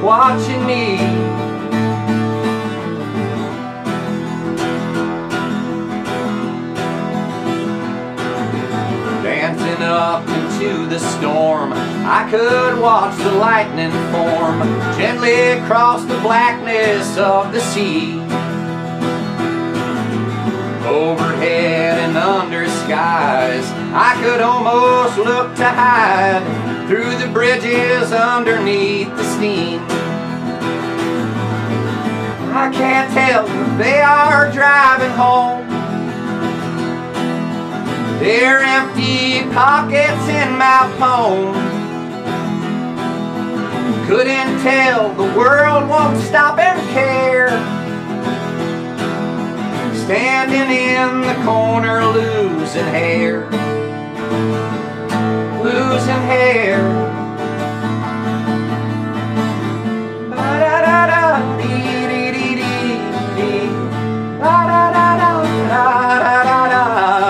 Watching me. Dancing up into the storm, I could watch the lightning form gently across the blackness of the sea. Overhead and under skies, I could almost look to hide through the bridges underneath the steam. I can't tell if they are driving home. They're empty pockets in my phone. Couldn't tell the world won't stop and care. Standing in the corner, losing hair. Losing hair. Ba-da-da-da, dee-dee-dee-dee-dee. Ba-da-da-da, da-da-da-da.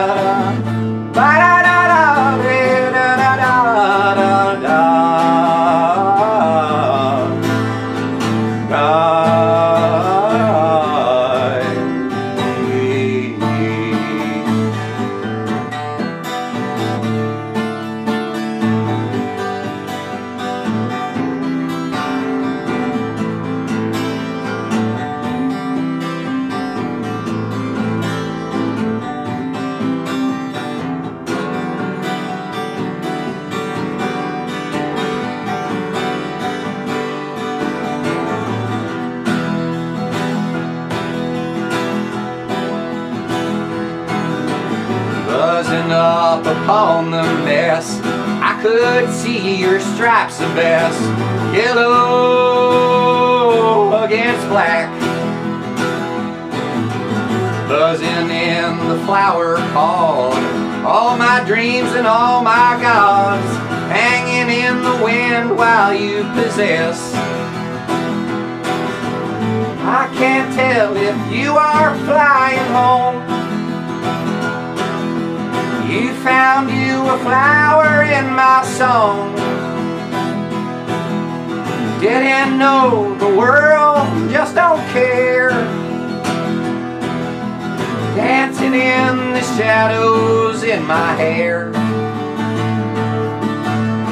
Bye. buzzing up upon the mess. I could see your stripes of best, yellow against black. Buzzing in the flower called all my dreams and all my gods, hanging in the wind while you possess. I can't tell if you are flying home. You found you a flower in my song. Didn't know the world just don't care. Dancing in the shadows in my hair.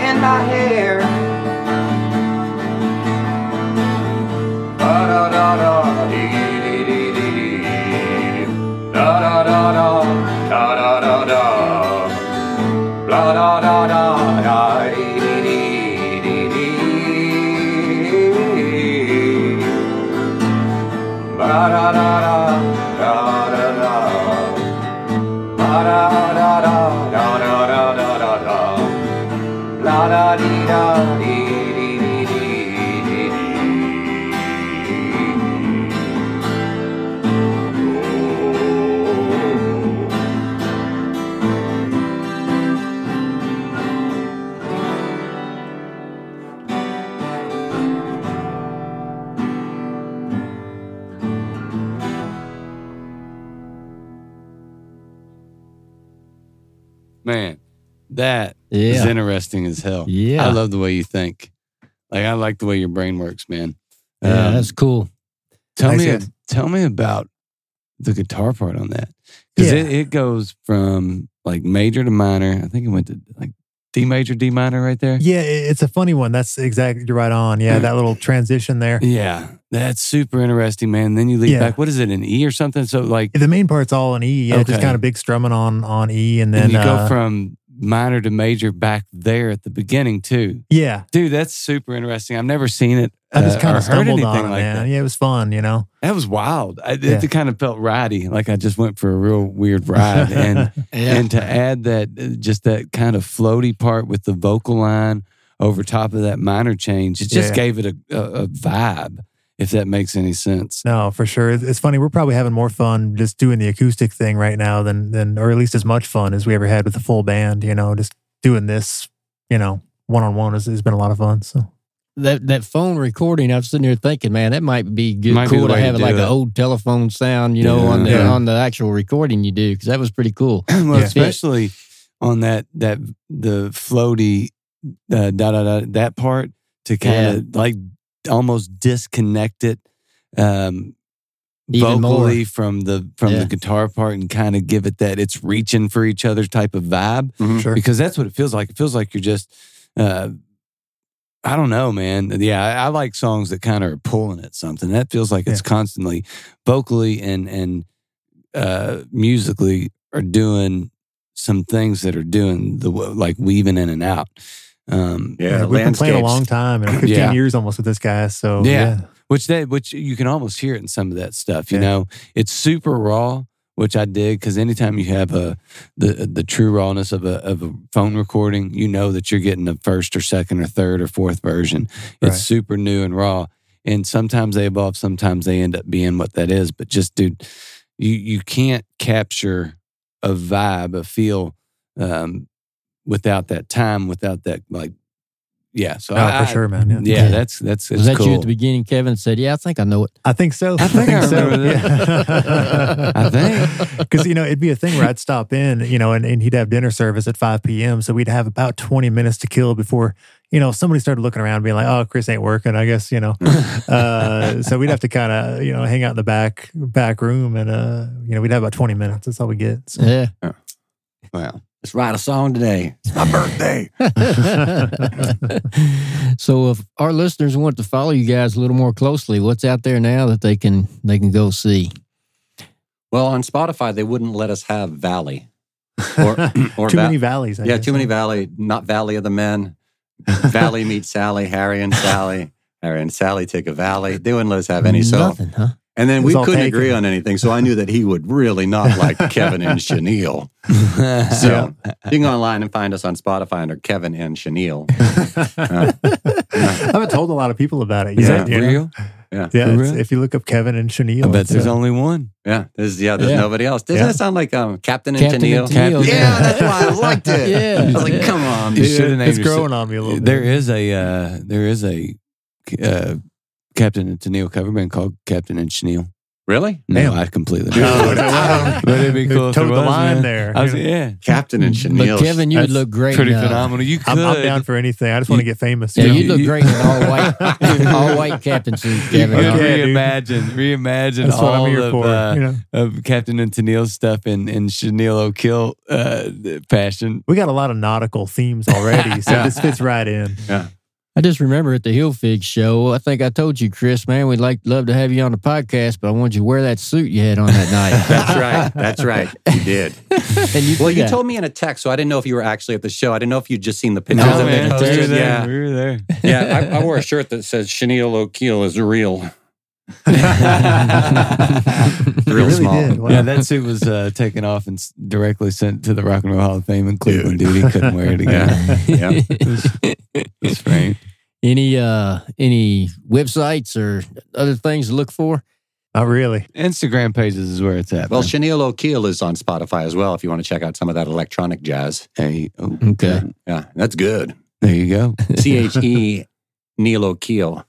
In my hair. Da da da da dee dee dee dee. Da da da da da da da da. La da Man, that is Yeah. interesting as hell. Yeah. I love the way you think. Like I like the way your brain works, man. yeah, Um, that's cool. tell Nice me, hit. tell me about the guitar part on that because it, it goes from like major to minor. I think it went to like D major, D minor, right there. Yeah, i- it's a funny one. That's exactly you're right on. Mm. Yeah, that little transition there. Yeah, that's super interesting, man. Then you lead Yeah. back. What is it, an E or something? So like, The main part's all an E. Yeah, just Okay. kind of big strumming on on E, and then and you uh, go from minor to major back there at the beginning too, yeah. dude. That's super interesting. I've never seen it. I just uh, kind or of heard stumbled anything on it, man. that. Yeah, it was fun. You know, That was wild. I, it, Yeah. kind of felt ridey, like I just went for a real weird ride. And and to add that, uh, just that kind of floaty part with the vocal line over top of that minor change, it just Yeah. gave it a, a, a vibe. If that makes any sense. No, for sure. It's it's funny. We're probably having more fun just doing the acoustic thing right now than than, or at least as much fun as we ever had with the full band. You know, just doing this. You know, one on one has has been a lot of fun. So That that phone recording, I'm sitting there thinking, man, that might be good, Might be cool the to way to have do like it. an old telephone sound, you know, on the Yeah. on the actual recording you do because that was pretty cool. well, Yeah. especially on that that the floaty uh, da da da that part to kind of like almost disconnect it um, Even more. vocally from the from Yeah. the guitar part and kind of give it that it's reaching for each other type of vibe sure. because that's what it feels like. It feels like you're just. Uh, I don't know, man. Yeah, I, I like songs that kind of are pulling at something. That feels like it's constantly vocally and and uh, musically are doing some things that are doing the w- like weaving in and out. Um, Yeah, Yeah, the we've been playing a landscapes. long time, you know, fifteen Yeah. years almost with this guy. So Yeah. yeah, which they which you can almost hear it in some of that stuff. You Yeah. know, it's super raw, which I dig because anytime you have a the the true rawness of a of a phone recording, you know that you're getting the first or second or third or fourth version. Right. It's super new and raw, and sometimes they evolve, sometimes they end up being what that is. But just dude, you you can't capture a vibe, a feel. Um, without that time, without that like, yeah. So Oh, I, for sure, man. I- Yeah. yeah, that's that's it's was that cool. you at the beginning, Kevin? Said, yeah, I think I know it. I think so. I think I remember Yeah. that. I think. Because you know it'd be a thing where I'd stop in, you know, and, and he'd have dinner service at five p.m. So we'd have about twenty minutes to kill before you know somebody started looking around, being like, "Oh, Chris ain't working." I guess you know. Uh, so we'd have to kind of you know hang out in the back back room, and uh, you know we'd have about twenty minutes. That's all we get. So. Yeah. Wow. Let's write a song today. It's my birthday. so if our listeners want to follow you guys a little more closely, what's out there now that they can they can go see? Well, on Spotify, they wouldn't let us have Valley or or too Va- many valleys. I yeah, guess. too many Valley. Not Valley of the Men. Valley meets Sally. Harry and Sally. Harry and Sally take a Valley. They wouldn't let us have any. So Nothing, huh? and then It we was all couldn't taken. agree on anything. So I knew that he would really not like Kevin and Chenille. So you can go online and find us on Spotify under Kevin and Chenille. Uh, I haven't told a lot of people about it. Is yet, that you know? real? Yeah, For it's- real? if you look up Kevin and Chenille, I bet it's, there's uh, only one. Yeah, this is, yeah. There's Yeah. nobody else. Doesn't Yeah. that sound like um, Captain and Captain Tennille? and Tennille, yeah, yeah. that's why I liked it. Yeah. I was like, Yeah. come on, You dude. should have named it's your- growing on me a little. bit. There is a uh, there is a uh, Captain and Tennille cover band called Captain and Chenille. Really? No, Damn. I completely. No, don't. no, wow. but it'd be cool. if um, Toed there the was, line man. there. I was, yeah, Captain and Chenille. But Kevin, you would That's look great. pretty in, uh, phenomenal. You could. I'm, I'm down for anything. I just want to get famous. Yeah, you know? you look You- great in an all white, all white captain suit, You Kevin. could Yeah, dude. reimagine, reimagine That's all what I'm here of, for. uh, you know, of Captain and Tennille's stuff and and Chenille O'Kill uh, fashion. we got a lot of nautical themes already, so Yeah. this fits right in. I just remember at the Hill Fig show, I think I told you, Chris, man, we'd like love to have you on the podcast, but I wanted you to wear that suit you had on that night. That's right. That's right. You did. and you Well, did you that. told me in a text, so I didn't know if you were actually at the show. I didn't know if you'd just seen the pictures. No, that they man, we were posted. there. Yeah, We were there. yeah. I, I wore a shirt that says Chenille O'Keel is real. You Real really small. did. Wow. Yeah, that suit was uh, taken off and s- directly sent to the Rock and Roll Hall of Fame in Cleveland. Dude, he couldn't wear it again. Yeah. That's right. any uh any websites or other things to look for? Not really. Instagram pages is where it's at. Well, man. Chenille O'Keel is on Spotify as well if you want to check out some of that electronic jazz. Hey, oh, Okay. Yeah, that's good. there you go. C H E Neil O'Keel.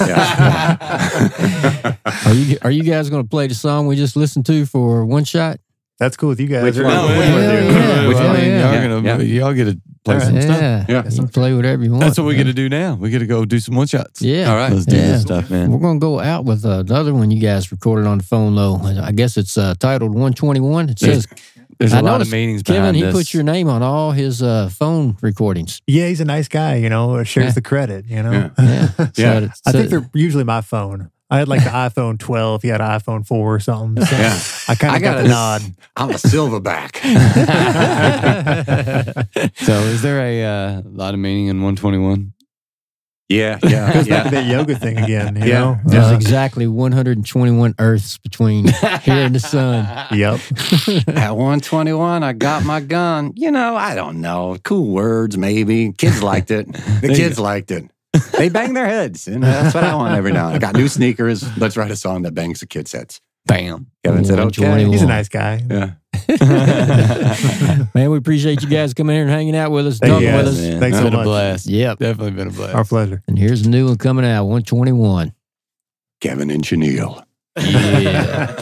Yeah. Are you are you guys going to play the song we just listened to for one shot? That's cool with you guys. Which right? one? What do you No, wanna yeah, do? yeah. Which Well, I mean, yeah. y'all, gonna, Yeah, y'all get to play some stuff. yeah. Yeah. You can play whatever you want. That's what we man. got to do now. We got to go do some one shots. Yeah. All right. Let's do this stuff, man. We're gonna go out with uh, another one you guys recorded on the phone, though. I guess it's uh, titled 121. It There's- says There's a I lot of noticed meanings Kevin. behind He this. put your name on all his uh, phone recordings. Yeah, he's a nice guy. You know, shares Yeah. the credit. You know, Yeah. Yeah, So uh, Yeah. it- I so- think they're usually my phone. I had like the iPhone 12. He had an iPhone 4 or something. So Yeah. I kind I of got got the a- nod. I'm a silverback. so is there a uh, lot of meaning in 121? yeah, yeah, Goes back to yeah. that yoga thing again. You Yeah. know. there's Uh, exactly 121 Earths between here and the sun. Uh, yep. At 121, I got my gun. You know, I don't know. Cool words, maybe. Kids liked it. The you kids liked it. They bang their heads. You know, that's what I want every now and I got new sneakers. Let's write a song that bangs the kids' heads. Bam. Kevin said, okay. 121. He's a nice guy. Yeah. Man, we appreciate you guys coming here and hanging out with us, Thank you talking with guys, us. man. Thanks so been much. a blast. Yep. Definitely been a blast. Our pleasure. And here's a new one coming out 121. Kevin and Chenille. Yeah.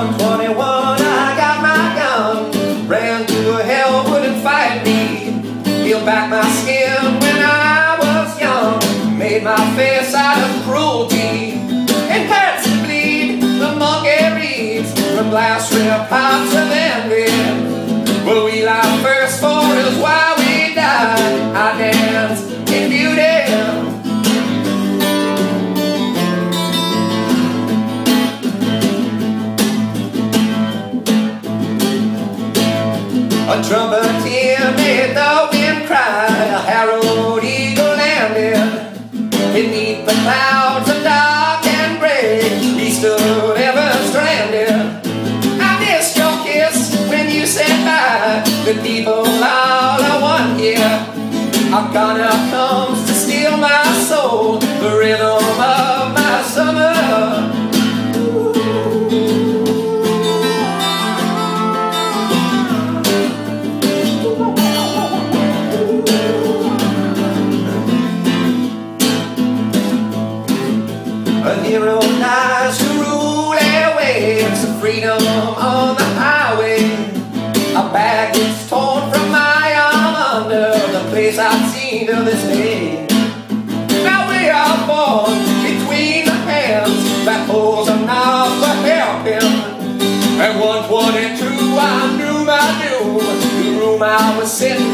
I got my gun, ran to hell, wouldn't fight me. Peeled back my skin when I was young, made my face out of cruelty. And parents to bleed, the monkey reads from glass rib pops and then rib. Well, we lie first for is why we die. I dance in beauty. A trumpeter made the wind cry. A harrowed eagle landed beneath the clouds of dark and gray. He stood ever stranded. I missed your kiss when you said bye. The people all are one here. Arcana comes to steal my soul, the rhythm of my summer. A hero dies to rule our waves of freedom on the highway. A bag is torn from my arm under the place I've seen to this day. Now we are born between the hands that holds a mouth for helping. At 122 I knew my doom, the room I was sitting